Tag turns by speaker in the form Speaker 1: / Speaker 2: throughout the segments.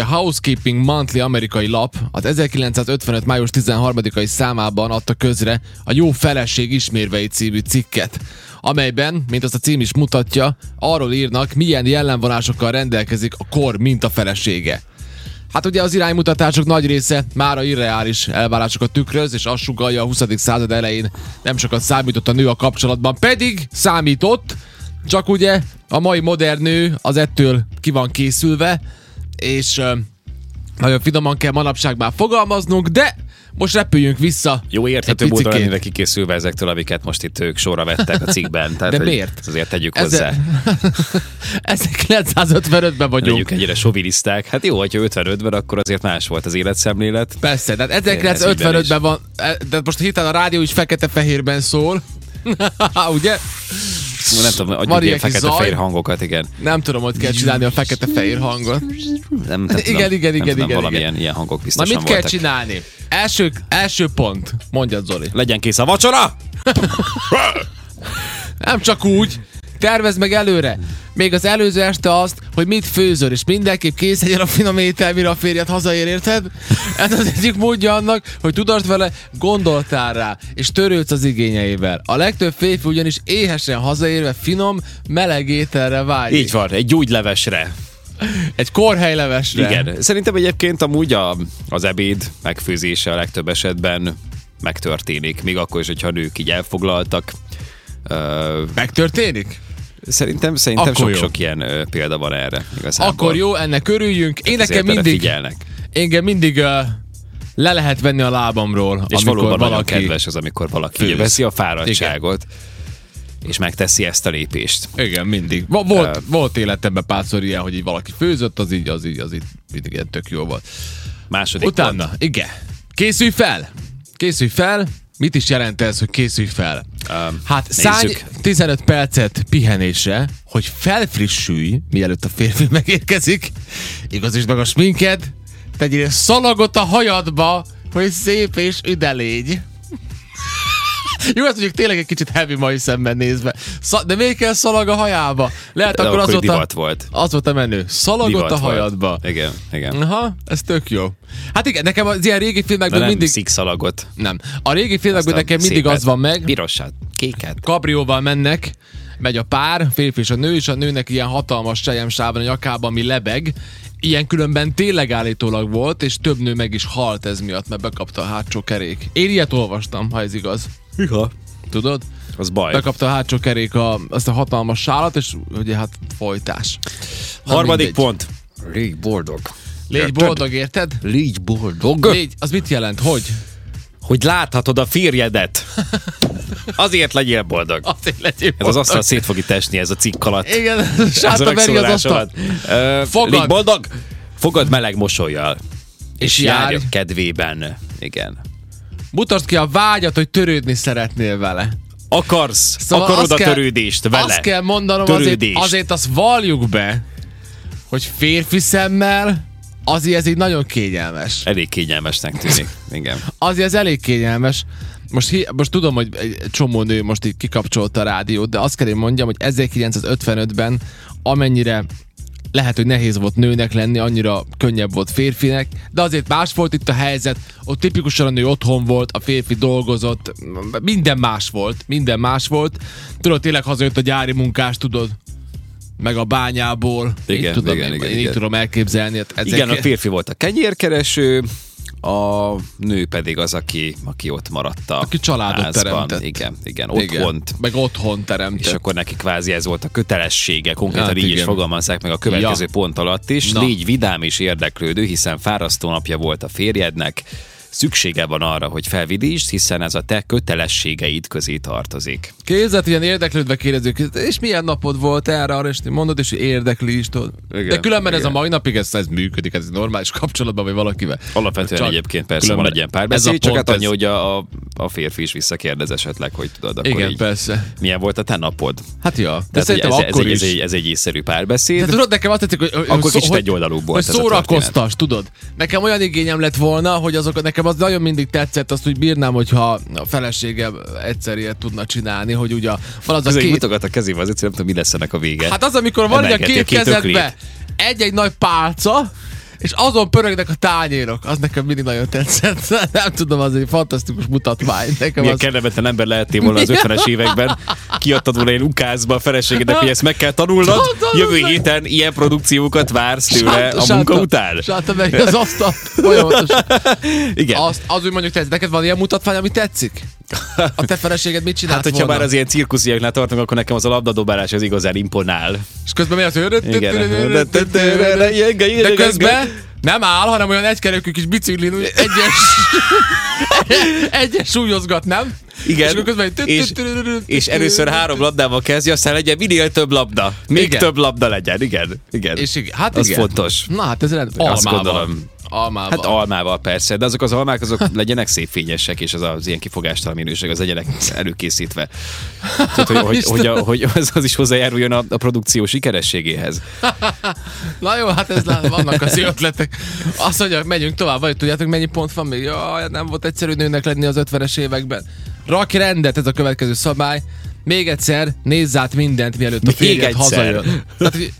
Speaker 1: A Housekeeping Monthly amerikai lap az 1955. május 13-ai számában adta közre a Jó Feleség Ismérvei című cikket, amelyben, mint azt a cím is mutatja, arról írnak, milyen jellemvonásokkal rendelkezik a kor mint a felesége. Hát ugye az iránymutatások nagy része már a irreális elvárásokat tükröz, és azt sugalja a 20. század elején nem sokat számított a nő a kapcsolatban, pedig számított, csak ugye a mai modern nő az ettől ki van készülve, és ö, nagyon finoman kell manapság már fogalmaznunk, de most repüljünk vissza.
Speaker 2: Jó érthető
Speaker 1: egy
Speaker 2: módon
Speaker 1: picikét.
Speaker 2: lennének kikészülve ezektől, amiket most itt ők sorra vettek a cikkben. Tehát,
Speaker 1: De
Speaker 2: hogy
Speaker 1: miért?
Speaker 2: ezt Azért tegyük hozzá.
Speaker 1: Ezzel- 1955-ben vagyunk.
Speaker 2: Legyünk egyre sovilisták. Hát jó, hogyha 55-ben, akkor azért más volt az életszemlélet.
Speaker 1: Persze, tehát
Speaker 2: Ez ügyben
Speaker 1: 1955-ben van, e, de most hirtelen a rádió is fekete-fehérben szól. Ugye?
Speaker 2: Nem tudom, adjuk
Speaker 1: Maria
Speaker 2: ilyen
Speaker 1: kis
Speaker 2: fekete-fehér
Speaker 1: zaj.
Speaker 2: hangokat, igen.
Speaker 1: Nem tudom, hogy kell csinálni a fekete-fehér hangot.
Speaker 2: Nem, nem
Speaker 1: Igen,
Speaker 2: tudom,
Speaker 1: Hát igen, igen,
Speaker 2: nem tudom,
Speaker 1: igen,
Speaker 2: Valamilyen
Speaker 1: igen.
Speaker 2: ilyen hangok
Speaker 1: Na
Speaker 2: biztosan
Speaker 1: mit kell
Speaker 2: voltak.
Speaker 1: csinálni? Első, első pont, mondja Zoli.
Speaker 2: Legyen kész a vacsora!
Speaker 1: Nem csak úgy. Tervezd meg előre. Még az előző este azt, hogy mit főzöl, és mindenképp kész legyen a finom étel, mire a férjed hazaér, érted? Ez az egyik módja annak, hogy tudast vele, gondoltál rá, és törődsz az igényeivel. A legtöbb férfi ugyanis éhesen hazaérve finom, meleg ételre vágyik.
Speaker 2: Így van, egy gyógylevesre.
Speaker 1: Egy korhelylevesre.
Speaker 2: Igen. Szerintem egyébként amúgy a, az ebéd megfőzése a legtöbb esetben megtörténik, még akkor is, hogyha a nők így elfoglaltak. Ö,
Speaker 1: Megtörténik?
Speaker 2: Szerintem, szerintem
Speaker 1: Akkor jó.
Speaker 2: sok-sok ilyen ö, példa van erre. Igazából.
Speaker 1: Akkor jó, ennek örüljünk. Én
Speaker 2: Azért
Speaker 1: nekem
Speaker 2: erre
Speaker 1: mindig,
Speaker 2: Figyelnek.
Speaker 1: engem mindig uh, le lehet venni a lábamról,
Speaker 2: És
Speaker 1: amikor
Speaker 2: valóban nagyon
Speaker 1: valaki...
Speaker 2: kedves az, amikor valaki
Speaker 1: főz.
Speaker 2: veszi a fáradtságot, és megteszi ezt a lépést.
Speaker 1: Igen, mindig. Va- Volt,
Speaker 2: Ö.
Speaker 1: volt életemben párszor ilyen, hogy így valaki főzött, az így, az így, az így mindig ilyen tök jó volt.
Speaker 2: Második pont.
Speaker 1: Utána, igen. Készülj fel! Készülj fel! Mit is jelent ez, hogy készülj fel?
Speaker 2: Öm,
Speaker 1: hát
Speaker 2: Um, nézzük.
Speaker 1: szállj 15 percet pihenésre, hogy felfrissülj, mielőtt a férfi megérkezik. Igazítsd meg a sminket, tegyél szalagot a hajadba, hogy szép és üde légy. Jó, ezt mondjuk tényleg egy kicsit heavy mai szemben nézve. Szal- de még kell szalag a hajába? Lehet
Speaker 2: De
Speaker 1: akkor,
Speaker 2: akkor
Speaker 1: az, volt a,
Speaker 2: divat volt.
Speaker 1: az volt a menő. Szalagot
Speaker 2: Divat
Speaker 1: a
Speaker 2: volt.
Speaker 1: hajadba.
Speaker 2: Igen, igen.
Speaker 1: Aha, ez tök jó. Hát igen, nekem az ilyen régi
Speaker 2: De
Speaker 1: filmekben
Speaker 2: nem
Speaker 1: mindig...
Speaker 2: mindig... szikszalagot.
Speaker 1: Nem. A régi
Speaker 2: Azt
Speaker 1: filmekben
Speaker 2: a
Speaker 1: nekem mindig
Speaker 2: szépet.
Speaker 1: az van meg,
Speaker 2: Pirosat, kéket.
Speaker 1: kabrióval mennek, megy a pár, férfi és a nő, és a nőnek ilyen hatalmas sejemsában a nyakában, ami lebeg. Ilyen különben tényleg állítólag volt, és több nő meg is halt ez miatt, mert bekapta a hátsó kerék. Én ilyet olvastam, ha ez igaz.
Speaker 2: Hiha.
Speaker 1: Tudod?
Speaker 2: Az baj.
Speaker 1: Bekapta a hátsó kerék a, azt a hatalmas sálat, és ugye hát folytás. Na
Speaker 2: Harmadik
Speaker 1: mindegy.
Speaker 2: pont. Légy boldog.
Speaker 1: Légy boldog, érted?
Speaker 2: Légy boldog.
Speaker 1: Légy, az mit jelent? Hogy?
Speaker 2: Hogy láthatod a férjedet. Azért legyél boldog.
Speaker 1: Azért legyél
Speaker 2: Ez az asztal szét fog itt esni, ez a cikk alatt.
Speaker 1: Igen, sátra Hát veri az
Speaker 2: megszólalás
Speaker 1: asztalt.
Speaker 2: alatt. Ö,
Speaker 1: Fogad.
Speaker 2: Légy boldog, fogad meleg mosolyjal. És
Speaker 1: járj.
Speaker 2: járj a kedvében. Igen.
Speaker 1: Mutasd ki a vágyat, hogy törődni szeretnél vele.
Speaker 2: Akarsz, akarod a törődést vele.
Speaker 1: Szóval Azt kell mondanom,
Speaker 2: Törődést.
Speaker 1: azért, azért azt valljuk be, hogy férfi szemmel azért ez így nagyon kényelmes.
Speaker 2: Elég kényelmesnek tűnik. Igen.
Speaker 1: Azért ez elég kényelmes. Most, hi, most tudom, hogy egy csomó nő most így kikapcsolta a rádiót, de azt kell én mondjam, hogy 1955-ben amennyire lehet, hogy nehéz volt nőnek lenni, annyira könnyebb volt férfinek, de azért más volt itt a helyzet, ott tipikusan a nő otthon volt, a férfi dolgozott, minden más volt, minden más volt. Tudod, tényleg hazajött a gyári munkás, tudod, meg a bányából.
Speaker 2: Igen,
Speaker 1: így tudom,
Speaker 2: igen,
Speaker 1: én,
Speaker 2: igen,
Speaker 1: én így
Speaker 2: igen.
Speaker 1: tudom elképzelni. hát ezek-
Speaker 2: Igen, a férfi volt a kenyérkereső, a nő pedig az, aki, aki ott maradt a
Speaker 1: Aki családot
Speaker 2: házban.
Speaker 1: teremtett.
Speaker 2: Igen, igen,
Speaker 1: Igen,
Speaker 2: otthont.
Speaker 1: Meg otthon teremtett.
Speaker 2: És akkor neki kvázi ez volt a kötelessége, konkrétan
Speaker 1: Hát
Speaker 2: hát így
Speaker 1: igen.
Speaker 2: is fogalmazzák meg a következő
Speaker 1: Ja.
Speaker 2: ja. pont alatt is.
Speaker 1: Na.
Speaker 2: Na. Légy vidám és érdeklődő, hiszen fárasztó napja volt a férjednek. Szüksége van arra, hogy felvidítsd, hiszen ez a te kötelességeid közé tartozik.
Speaker 1: Képzeld, ilyen érdeklődve kérdezzük, és milyen napod volt erre, arra, és ti mondod, és érdekli is, tudod.
Speaker 2: Igen,
Speaker 1: De különben ez a
Speaker 2: igen.
Speaker 1: mai napig, ez, ez működik, ez egy normális kapcsolatban, vagy valakivel.
Speaker 2: Alapvetően
Speaker 1: Csak
Speaker 2: csak egyébként persze
Speaker 1: különben
Speaker 2: van egy ilyen
Speaker 1: ez
Speaker 2: párbeszéd,
Speaker 1: a
Speaker 2: csak
Speaker 1: pont,
Speaker 2: hát annyi,
Speaker 1: ez-
Speaker 2: hogy a, a, a férfi is visszakérdez esetleg, hogy tudod, akkor
Speaker 1: Igen,
Speaker 2: így,
Speaker 1: persze.
Speaker 2: milyen volt a te napod.
Speaker 1: Hát ja, de
Speaker 2: Tehát,
Speaker 1: szerintem
Speaker 2: hogy ez,
Speaker 1: akkor
Speaker 2: ez,
Speaker 1: is.
Speaker 2: egy, ez, egy, ez egy észszerű párbeszéd.
Speaker 1: De tudod, nekem azt tetszik, hogy... hogy-
Speaker 2: Akkor
Speaker 1: szó-
Speaker 2: kicsit
Speaker 1: hogy-
Speaker 2: egyoldalú volt
Speaker 1: hogy
Speaker 2: ez a
Speaker 1: szórakoztas, tudod. Nekem olyan igényem lett volna, hogy azok, nekem az nagyon mindig tetszett, azt úgy bírnám, hogyha a feleségem egyszer ilyet tudna csinálni, hogy ugye van az a
Speaker 2: Ez egy
Speaker 1: két
Speaker 2: mutogat a kezébe, azért nem tudom, mi lesz ennek a vége.
Speaker 1: Hát az, Hát amikor van egy a
Speaker 2: Emelgeti a
Speaker 1: két
Speaker 2: két
Speaker 1: kezedbe
Speaker 2: ökrét.
Speaker 1: egy-egy nagy pálca, és azon pörögnek a tányérok. Az nekem mindig nagyon tetszett. Nem tudom, az egy fantasztikus mutatvány. Nekem
Speaker 2: Milyen
Speaker 1: az...
Speaker 2: kellemetlen ember lehettél volna az 50-es években. Kiadtad volna egy ukázba a feleségednek, hogy ezt meg kell tanulnod.
Speaker 1: Tanulnod.
Speaker 2: Jövő héten ilyen produkciókat vársz tőle
Speaker 1: Sáta-
Speaker 2: a munka
Speaker 1: sáta-
Speaker 2: után.
Speaker 1: Sáta meg az asztalt. Folyamatos.
Speaker 2: Igen.
Speaker 1: Azt, az úgy mondjuk tetszik. Neked van ilyen mutatvány, ami tetszik? A te feleséged mit csinált
Speaker 2: Hát, hogyha
Speaker 1: volna?
Speaker 2: már az ilyen cirkusziaknál tartunk, akkor nekem az a labdadobálás az igazán imponál.
Speaker 1: És közben mi az, hogy...
Speaker 2: Igen.
Speaker 1: De közben nem áll, hanem olyan egykerekű kis biciklin, úgy egyes, egyes súlyozgat, nem? És
Speaker 2: Igen.
Speaker 1: akkor közben egy tü-
Speaker 2: És,
Speaker 1: tü- tü- tü- tü-
Speaker 2: és először három labdával kezdi, aztán legyen minél több labda. Még
Speaker 1: Igen.
Speaker 2: több labda legyen, igen. igen.
Speaker 1: És igen, hát
Speaker 2: az
Speaker 1: igen.
Speaker 2: fontos.
Speaker 1: Na hát ez rendben.
Speaker 2: Azt
Speaker 1: Almával.
Speaker 2: gondolom.
Speaker 1: Almával.
Speaker 2: Hát almával persze, de azok az almák azok legyenek szép fényesek, és az az ilyen kifogástalan minőség az legyenek előkészítve. Tehát, hogy, hogy, hogy, a, hogy az, az is hozzájáruljon a, a produkció sikerességéhez.
Speaker 1: Na jó, hát ez lá- vannak az ötletek. Azt mondja, megyünk tovább, vagy tudjátok mennyi pont van még? Jaj, hát nem volt egyszerű nőnek lenni az 50-es években. Rak rendet, ez a következő szabály. Még egyszer, nézz át mindent, mielőtt a
Speaker 2: Még
Speaker 1: férjed
Speaker 2: egyszer.
Speaker 1: hazajön. Tehát, hogy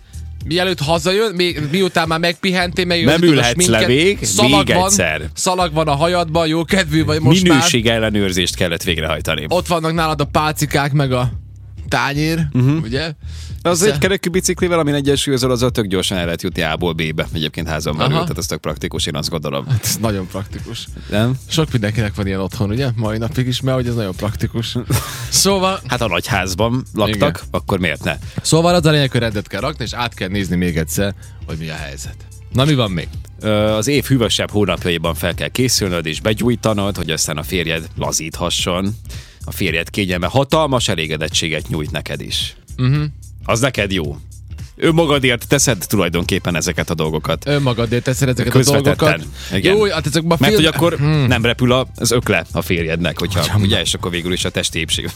Speaker 1: mielőtt hazajön, még, miután már megpihentél, meg
Speaker 2: Nem ülhetsz le még, még egyszer.
Speaker 1: Van, szalag van a hajadban, jó kedvű vagy most már.
Speaker 2: Minőség ellenőrzést kellett végrehajtani.
Speaker 1: Ott vannak nálad a pálcikák, meg a tányér, uh-huh. ugye?
Speaker 2: Az egy kerekű biciklivel, amin egyensúlyozol, az tök gyorsan el lehet jutni A-ból B-be. Egyébként házon belül,
Speaker 1: Aha. Hát-
Speaker 2: tehát ez tök praktikus, én azt gondolom.
Speaker 1: Ez nagyon praktikus.
Speaker 2: Nem?
Speaker 1: Sok mindenkinek van ilyen otthon, ugye? Mai napig is, mert hogy ez nagyon praktikus. Szóval,
Speaker 2: Hát a nagyházban laktak,
Speaker 1: Igen.
Speaker 2: Igen. akkor miért ne?
Speaker 1: szóval az a lényeg, hogy rendet kell rakni, és át kell nézni még egyszer, hogy mi a helyzet. Na mi van még?
Speaker 2: Ö, Az év hűvösebb hónapjaiban fel kell készülnöd és begyújtanod, hogy aztán a férjed lazíthasson. A férjed kényelme hatalmas elégedettséget nyújt neked is. Uh-huh.
Speaker 1: Mhm.
Speaker 2: Az neked jó. Önmagadért teszed tulajdonképpen ezeket a dolgokat.
Speaker 1: Önmagadért teszed ezeket a
Speaker 2: Közvetetten.
Speaker 1: dolgokat.
Speaker 2: Igen.
Speaker 1: Jó, hát ezekben a
Speaker 2: Mert hogy
Speaker 1: film...
Speaker 2: akkor nem repül a- az ökle a férjednek, hogyha, ugye, és akkor végül is a testi épség.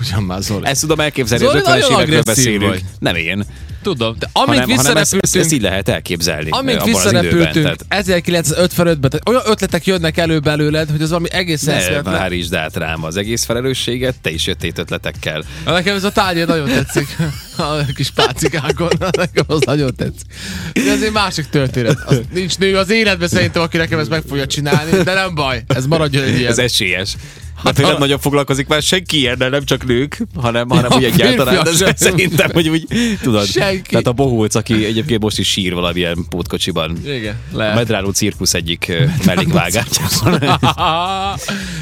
Speaker 1: Ugyan már Zoli.
Speaker 2: Ezt tudom elképzelni,
Speaker 1: Zoli,
Speaker 2: az 50-es
Speaker 1: nagyon
Speaker 2: évekről
Speaker 1: agresszív
Speaker 2: beszélünk.
Speaker 1: vagy.
Speaker 2: Nem én,
Speaker 1: Tudom, de amint
Speaker 2: hanem, hanem ezt,
Speaker 1: visszarepültünk...
Speaker 2: ezt, ezt így lehet elképzelni.
Speaker 1: amint
Speaker 2: abban az időben,
Speaker 1: visszarepültünk
Speaker 2: tehát-
Speaker 1: 1955-ben, tehát olyan ötletek jönnek elő belőled, hogy az valami egészen
Speaker 2: Ne
Speaker 1: eszméletlen.
Speaker 2: várítsd át hát rám az egész felelősséget, te is jöttél ötletekkel.
Speaker 1: Na, Nekem ez a tányér nagyon tetszik. A kis pácikákon, nekem az nagyon tetszik. De ez egy másik történet. Az, nincs nő az életben szerintem, aki nekem ezt meg fogja csinálni, de nem baj, ez maradjon egy ilyen.
Speaker 2: Ez esélyes. Hát nem
Speaker 1: a-
Speaker 2: nagyon foglalkozik már senki ilyennel, nem csak nők, hanem, hanem
Speaker 1: Ja,
Speaker 2: úgy egyáltalán, de
Speaker 1: férfiak sem.
Speaker 2: szerintem, hogy úgy, tudod,
Speaker 1: Senki.
Speaker 2: tehát a bohóc, aki egyébként most is sír valamilyen pótkocsiban.
Speaker 1: Igen,
Speaker 2: A
Speaker 1: lehet.
Speaker 2: medráló cirkusz egyik ö, mellékvágányában,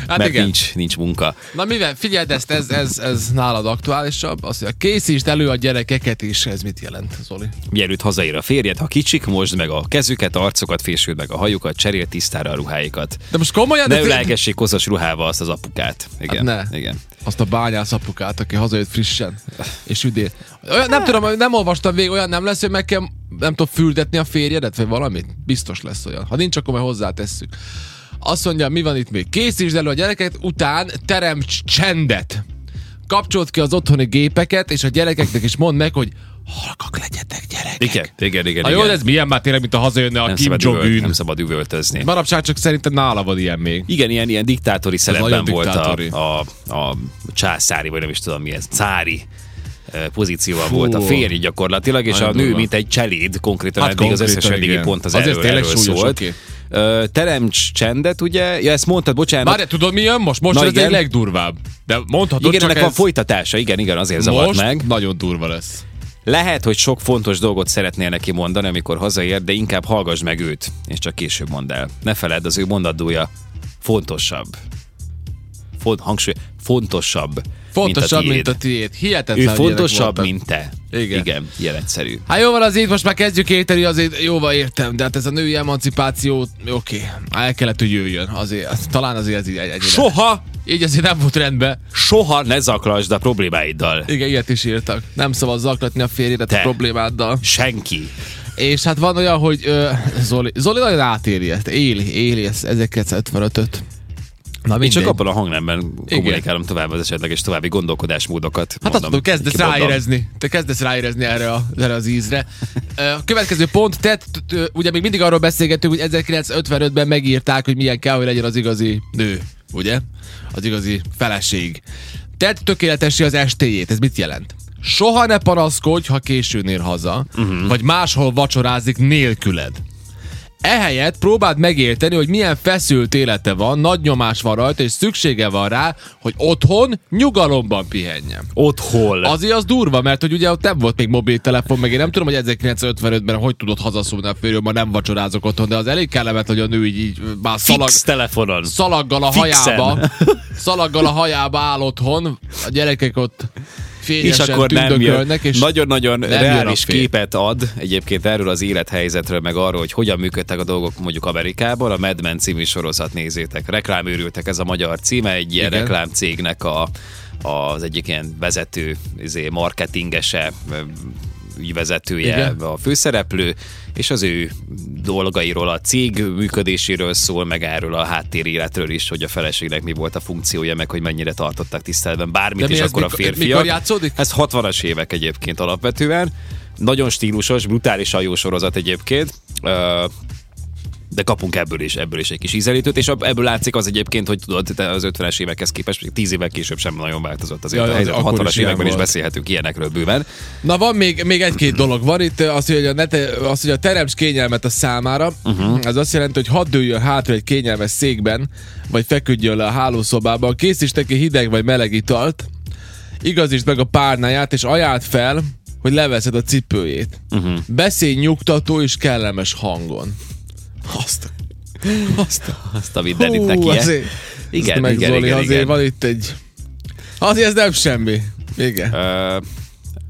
Speaker 1: Hát
Speaker 2: mert
Speaker 1: igen.
Speaker 2: nincs, nincs munka.
Speaker 1: Na mivel, figyeld ezt, ez, ez, ez nálad aktuálisabb. Azt mondja, készítsd elő a gyerekeket is. Ez mit jelent, Zoli?
Speaker 2: Mielőtt hazaér a férjed, ha kicsik, mosd meg a kezüket, arcokat, fésüld meg a hajukat, cserél tisztára a ruháikat.
Speaker 1: De most komolyan...
Speaker 2: Ne
Speaker 1: ez-
Speaker 2: ölelgessék koszos ruhával azt az apukát. Igen,
Speaker 1: Hát ne.
Speaker 2: igen.
Speaker 1: azt a bányász apukát, aki hazajött frissen és üdél. Olyan, nem tudom, nem olvastam végig, olyan nem lesz, hogy meg kell, nem tudom, fürdetni a férjedet, vagy valamit? Biztos lesz olyan. Ha nincs, akkor majd hozzátesszük. Azt mondja, mi van itt még? Készítsd elő a gyereket, után teremts csendet. Kapcsolt ki az otthoni gépeket, és a gyerekeknek is mondd meg, hogy halkak legyetek gyerekek.
Speaker 2: Igen, igen, igen.
Speaker 1: Ha
Speaker 2: igen.
Speaker 1: jó, de ez milyen már tényleg, mint a hazajönne a
Speaker 2: nem
Speaker 1: Kim
Speaker 2: szabad, üvölt,
Speaker 1: Jong-un.
Speaker 2: nem szabad üvöltözni.
Speaker 1: Manapság csak szerintem nála van ilyen még.
Speaker 2: Igen, ilyen, ilyen diktátori szerepben
Speaker 1: nagyon
Speaker 2: volt
Speaker 1: diktátori.
Speaker 2: A, a, a császári, vagy nem is tudom mi ez, cári eh, pozícióban
Speaker 1: Fú.
Speaker 2: volt a férj gyakorlatilag, és
Speaker 1: Nagyon
Speaker 2: a nő,
Speaker 1: durva.
Speaker 2: mint egy cseléd, konkrétan
Speaker 1: Hát
Speaker 2: hát eddig az
Speaker 1: konkrétan,
Speaker 2: összes eddigi
Speaker 1: igen.
Speaker 2: pont az
Speaker 1: Azért
Speaker 2: erről,
Speaker 1: tényleg
Speaker 2: erről
Speaker 1: súlyos,
Speaker 2: szólt.
Speaker 1: oké.
Speaker 2: Ö, teremts csendet, ugye? Ja, ezt mondtad, bocsánat.
Speaker 1: Várj, tudod mi jön most? Most
Speaker 2: Na
Speaker 1: ez
Speaker 2: igen.
Speaker 1: egy legdurvább. De mondhatod,
Speaker 2: igen,
Speaker 1: csak
Speaker 2: ennek
Speaker 1: ez...
Speaker 2: van folytatása, igen, igen, azért zavart
Speaker 1: Most
Speaker 2: meg.
Speaker 1: nagyon durva lesz.
Speaker 2: Lehet, hogy sok fontos dolgot szeretnél neki mondani, amikor hazaér, de inkább hallgass meg őt, és csak később mondd el. Ne feledd, az ő mondandója fontosabb. Font, hangsúly, fontosabb.
Speaker 1: Fontosabb, mint a
Speaker 2: tiéd.
Speaker 1: tiéd.
Speaker 2: Ő
Speaker 1: Hihetetlen
Speaker 2: fontosabb,
Speaker 1: ilyenek voltak.
Speaker 2: mint te.
Speaker 1: Igen.
Speaker 2: Igen, ilyen egyszerű.
Speaker 1: Hát jó van, azért most már kezdjük érteni, azért jóval értem, de hát ez a női emancipáció, oké, el kellett, hogy jöjjön. Azért, talán azért ez így egy, egy
Speaker 2: Soha,
Speaker 1: Így azért nem volt rendben.
Speaker 2: soha ne zaklasd a problémáiddal.
Speaker 1: Igen, ilyet is írtak. Nem szabad zaklatni a férjedet a
Speaker 2: Te.
Speaker 1: problémáddal.
Speaker 2: Senki.
Speaker 1: És hát van olyan, hogy ö, Zoli, Zoli nagyon átéri ezt, éli, éli ezt 1955-öt. Na
Speaker 2: Én csak
Speaker 1: mindegy.
Speaker 2: abban a hangnemben kommunikálom tovább az esetleges további gondolkodásmódokat.
Speaker 1: Hát azt
Speaker 2: Mondom,
Speaker 1: tudom, kezdesz
Speaker 2: kimondom.
Speaker 1: ráérezni. Te kezdesz ráérezni erre, a, erre az ízre. Ö, A következő pont, te, t- t- ugye még mindig arról beszélgettünk, hogy 1955-ben megírták, hogy milyen kell, hogy legyen az igazi nő, ugye? Az igazi feleség. Tedd tökéletessé az estéjét. Ez mit jelent? Soha ne panaszkodj, ha későn ér haza, uh-huh. vagy máshol vacsorázik nélküled. Ehelyett próbáld megérteni, hogy milyen feszült élete van, nagy nyomás van rajta, és szüksége van rá, hogy otthon nyugalomban pihenjen.
Speaker 2: Otthol. A...
Speaker 1: Azért az durva, mert hogy ugye ott nem volt még mobiltelefon, meg én nem tudom, hogy 1955-ben hogy tudod hazaszólni a férjön, ma nem vacsorázok otthon, de az elég kellemet, hogy a nő így, így már szalag,
Speaker 2: Fix telefonon.
Speaker 1: szalaggal a
Speaker 2: Fixen.
Speaker 1: hajába, szalaggal a hajába áll otthon, a gyerekek ott
Speaker 2: És
Speaker 1: fényesen
Speaker 2: akkor nem jön.
Speaker 1: tündökölnek, és
Speaker 2: Nagyon-nagyon
Speaker 1: jön a
Speaker 2: reális
Speaker 1: fény.
Speaker 2: képet ad egyébként erről az élethelyzetről, meg arról, hogy hogyan működtek a dolgok mondjuk Amerikában. A Mad Men című sorozat nézzétek. Reklámőrültek, ez a magyar címe, egy ilyen
Speaker 1: Igen.
Speaker 2: reklámcégnek a, az egyik ilyen vezető, izé, marketingese, ügyvezetője,
Speaker 1: Igen.
Speaker 2: a főszereplő, és az ő dolgairól, a cég működéséről szól, meg erről a háttéréletről is, hogy a feleségnek mi volt a funkciója, meg hogy mennyire tartották tiszteletben bármit
Speaker 1: De mi
Speaker 2: is
Speaker 1: ez
Speaker 2: akkor a
Speaker 1: mikor-
Speaker 2: férfiak.
Speaker 1: mikor játszódik?
Speaker 2: Ez 60-as évek egyébként alapvetően. Nagyon stílusos, brutálisan jó sorozat egyébként. Ö, de kapunk ebből is, ebből is egy kis ízelítőt, és ab- ebből látszik az egyébként, hogy tudod, te az 50-es évekhez képest, még 10 évvel később sem nagyon változott azért
Speaker 1: Ja,
Speaker 2: ja, a
Speaker 1: az
Speaker 2: helyzet. A
Speaker 1: akkor is
Speaker 2: 60-as
Speaker 1: ilyen
Speaker 2: években is
Speaker 1: volt.
Speaker 2: beszélhetünk ilyenekről bőven.
Speaker 1: Na van még, még egy-két dolog. Van itt az, hogy a, ne te, az, hogy a teremts kényelmet a számára. Uh-huh. Ez azt jelenti, hogy hadd üljön hátra egy kényelmes székben, vagy feküdjön le a hálószobában. Készíts neki hideg vagy meleg italt. Igazítsd meg a párnáját, és ajánld fel, hogy leveszed a cipőjét. Uh-huh. Beszélj nyugtató és kellemes hangon. Azt azt a...
Speaker 2: Azt a mindenit neki. eh?
Speaker 1: azért,
Speaker 2: Igen,
Speaker 1: azt meg
Speaker 2: igen,
Speaker 1: Zoli,
Speaker 2: igen,
Speaker 1: azért
Speaker 2: igen.
Speaker 1: van itt egy... Azért ez nem semmi. Igen.
Speaker 2: Ö,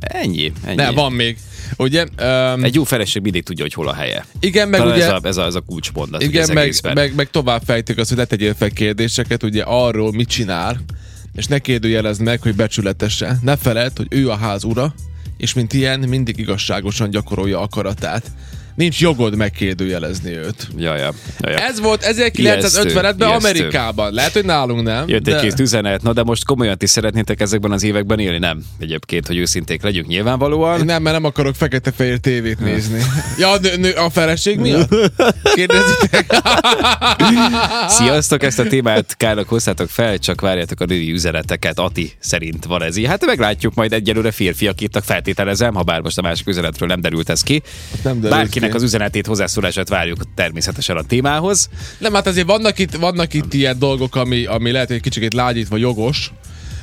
Speaker 2: ennyi, ennyi.
Speaker 1: Ne, van még. Ugye? Um,
Speaker 2: Egy jó feleség mindig tudja, hogy hol a helye.
Speaker 1: Igen, meg
Speaker 2: Talán
Speaker 1: ugye,
Speaker 2: ez, a, ez, a, ez a kulcsmondat. ugye
Speaker 1: igen,
Speaker 2: az
Speaker 1: meg,
Speaker 2: egészben.
Speaker 1: meg, meg tovább fejtik azt, hogy ne tegyél fel kérdéseket, ugye arról mit csinál, és ne kérdőjelezd meg, hogy becsületese. Ne feledd, hogy ő a ház ura, és mint ilyen mindig igazságosan gyakorolja akaratát. Nincs jogod megkérdőjelezni őt.
Speaker 2: Ja, ja, ja, ja.
Speaker 1: Ez volt 1955-ben
Speaker 2: Ijesztő.
Speaker 1: Amerikában. Lehet, hogy nálunk nem.
Speaker 2: Jött
Speaker 1: de-
Speaker 2: egy két üzenet, na de most komolyan ti szeretnétek ezekben az években élni? Nem. Egyébként, hogy őszinték legyünk nyilvánvalóan.
Speaker 1: Nem, mert nem akarok fekete-fehér tévét nézni. Ja, a, nő, nő, a feleség miatt? Kérdezitek?
Speaker 2: Sziasztok, ezt a témát kárnak hoztátok fel, csak várjátok a női üzeneteket. Ati szerint van ez így. Hát meglátjuk majd egyelőre férfiak írtak, feltételezem, ha bár most a másik üzenetről nem derült ez ki.
Speaker 1: Nem derült
Speaker 2: Bárkinek
Speaker 1: ki.
Speaker 2: az üzenetét, hozzászólását várjuk természetesen a témához.
Speaker 1: Nem, hát azért vannak itt, vannak itt ilyen dolgok, ami, ami lehet, hogy egy kicsit lágyítva jogos,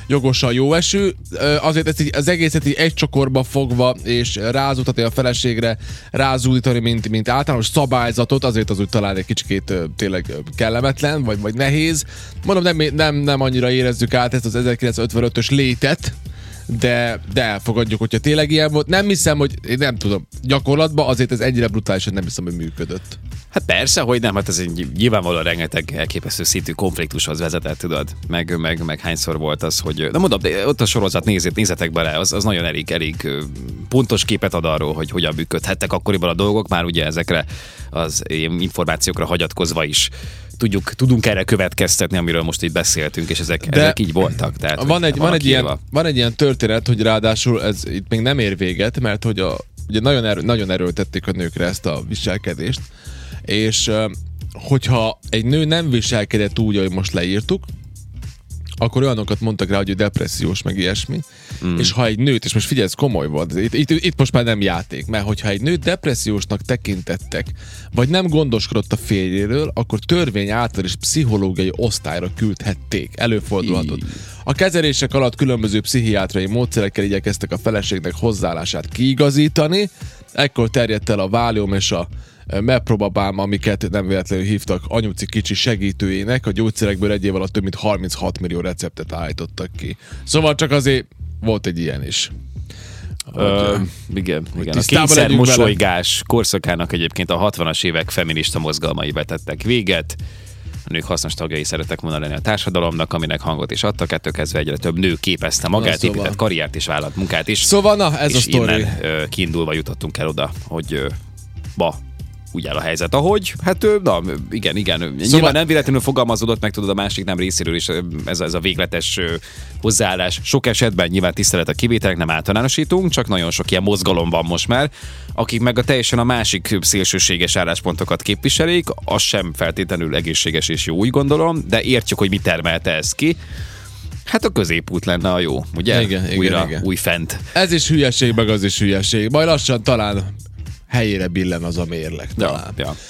Speaker 1: jogos a jó eső. Ö, Azért ezt így, az egészet így egy csokorba fogva és rázutatni a feleségre, rázúdítani, mint, mint általános szabályzatot, azért az úgy talán egy kicsit ö, tényleg ö, kellemetlen, vagy, vagy nehéz. Mondom, nem, nem, nem annyira érezzük át ezt az 1955-ös létet, de, de elfogadjuk, hogyha tényleg ilyen volt. Nem hiszem, hogy én nem tudom, gyakorlatban azért ez ennyire brutális, hogy nem hiszem, hogy működött.
Speaker 2: Hát persze, hogy nem, hát ez egy nyilvánvalóan rengeteg elképesztő szintű konfliktushoz vezetett, tudod. Meg, meg, meg hányszor volt az, hogy... Na mondom, de ott a sorozat nézzét, nézzetek bele, az, az nagyon elég, elég ö, pontos képet ad arról, hogy hogyan működhettek akkoriban a dolgok, már ugye ezekre az ilyen információkra hagyatkozva is tudjuk, tudunk erre következtetni, amiről most itt beszéltünk, és ezek,
Speaker 1: De-
Speaker 2: ezek így voltak. Tehát, hogy
Speaker 1: van egy,
Speaker 2: le
Speaker 1: van, egy
Speaker 2: vannak
Speaker 1: ilyen,
Speaker 2: írva.
Speaker 1: van egy ilyen történet, hogy ráadásul ez itt még nem ér véget, mert hogy a, ugye nagyon, erő, nagyon erőltették a nőkre ezt a viselkedést, és ö, hogyha egy nő nem viselkedett úgy, ahogy most leírtuk, akkor olyanokat mondtak rá, hogy ő depressziós, meg ilyesmi. Mm. És ha egy nőt, és most figyelj, ez komoly volt, itt, itt, itt most már nem játék, mert hogyha egy nőt depressziósnak tekintettek, vagy nem gondoskodott a férjéről, akkor törvény által is pszichológiai osztályra küldhették. Előfordulhatott. A kezelések alatt különböző pszichiátriai módszerekkel igyekeztek a feleségnek hozzáállását kiigazítani, ekkor terjedt el a válium és a megpróbabám, amiket nem véletlenül hívtak anyuci kicsi segítőjének, a gyógyszerekből egy év alatt több mint 36 millió receptet állítottak ki. Szóval csak azért volt egy ilyen is.
Speaker 2: Ö, igen, igen. A
Speaker 1: tisztában
Speaker 2: kényszer
Speaker 1: legyünk vele.
Speaker 2: mosolygás korszakának egyébként a 60-as évek feminista mozgalmai vetettek véget. A nők hasznos tagjai szeretek volna lenni a társadalomnak, aminek hangot is adtak, ettől kezdve egyre több nő képezte magát,
Speaker 1: szóval.
Speaker 2: szóval. épített karriert és vállalt munkát is.
Speaker 1: Szóval na, ez
Speaker 2: és
Speaker 1: a sztori.
Speaker 2: innen ö, kiindulva jutottunk el oda, hogy ö, ba, úgy áll a helyzet, ahogy, hát ö, na, ö, igen, igen. Szóval... Nyilván nem véletlenül fogalmazódott meg, tudod, a másik nem részéről is ö, ez, ez a végletes ö, hozzáállás. Sok esetben nyilván tisztelet a kivételek, nem általánosítunk, csak nagyon sok ilyen mozgalom van most már, akik meg a teljesen a másik szélsőséges álláspontokat képviselik, az sem feltétlenül egészséges és jó, úgy gondolom, de értjük, hogy mi termelte ezt ki. Hát a középút lenne a jó, ugye?
Speaker 1: Igen, igen,
Speaker 2: Újra,
Speaker 1: igen.
Speaker 2: új fent.
Speaker 1: Ez is hülyeség, meg az is hülyeség. Majd lassan talán helyére billen az a mérleg.
Speaker 2: Ja,
Speaker 1: Talán.
Speaker 2: ja.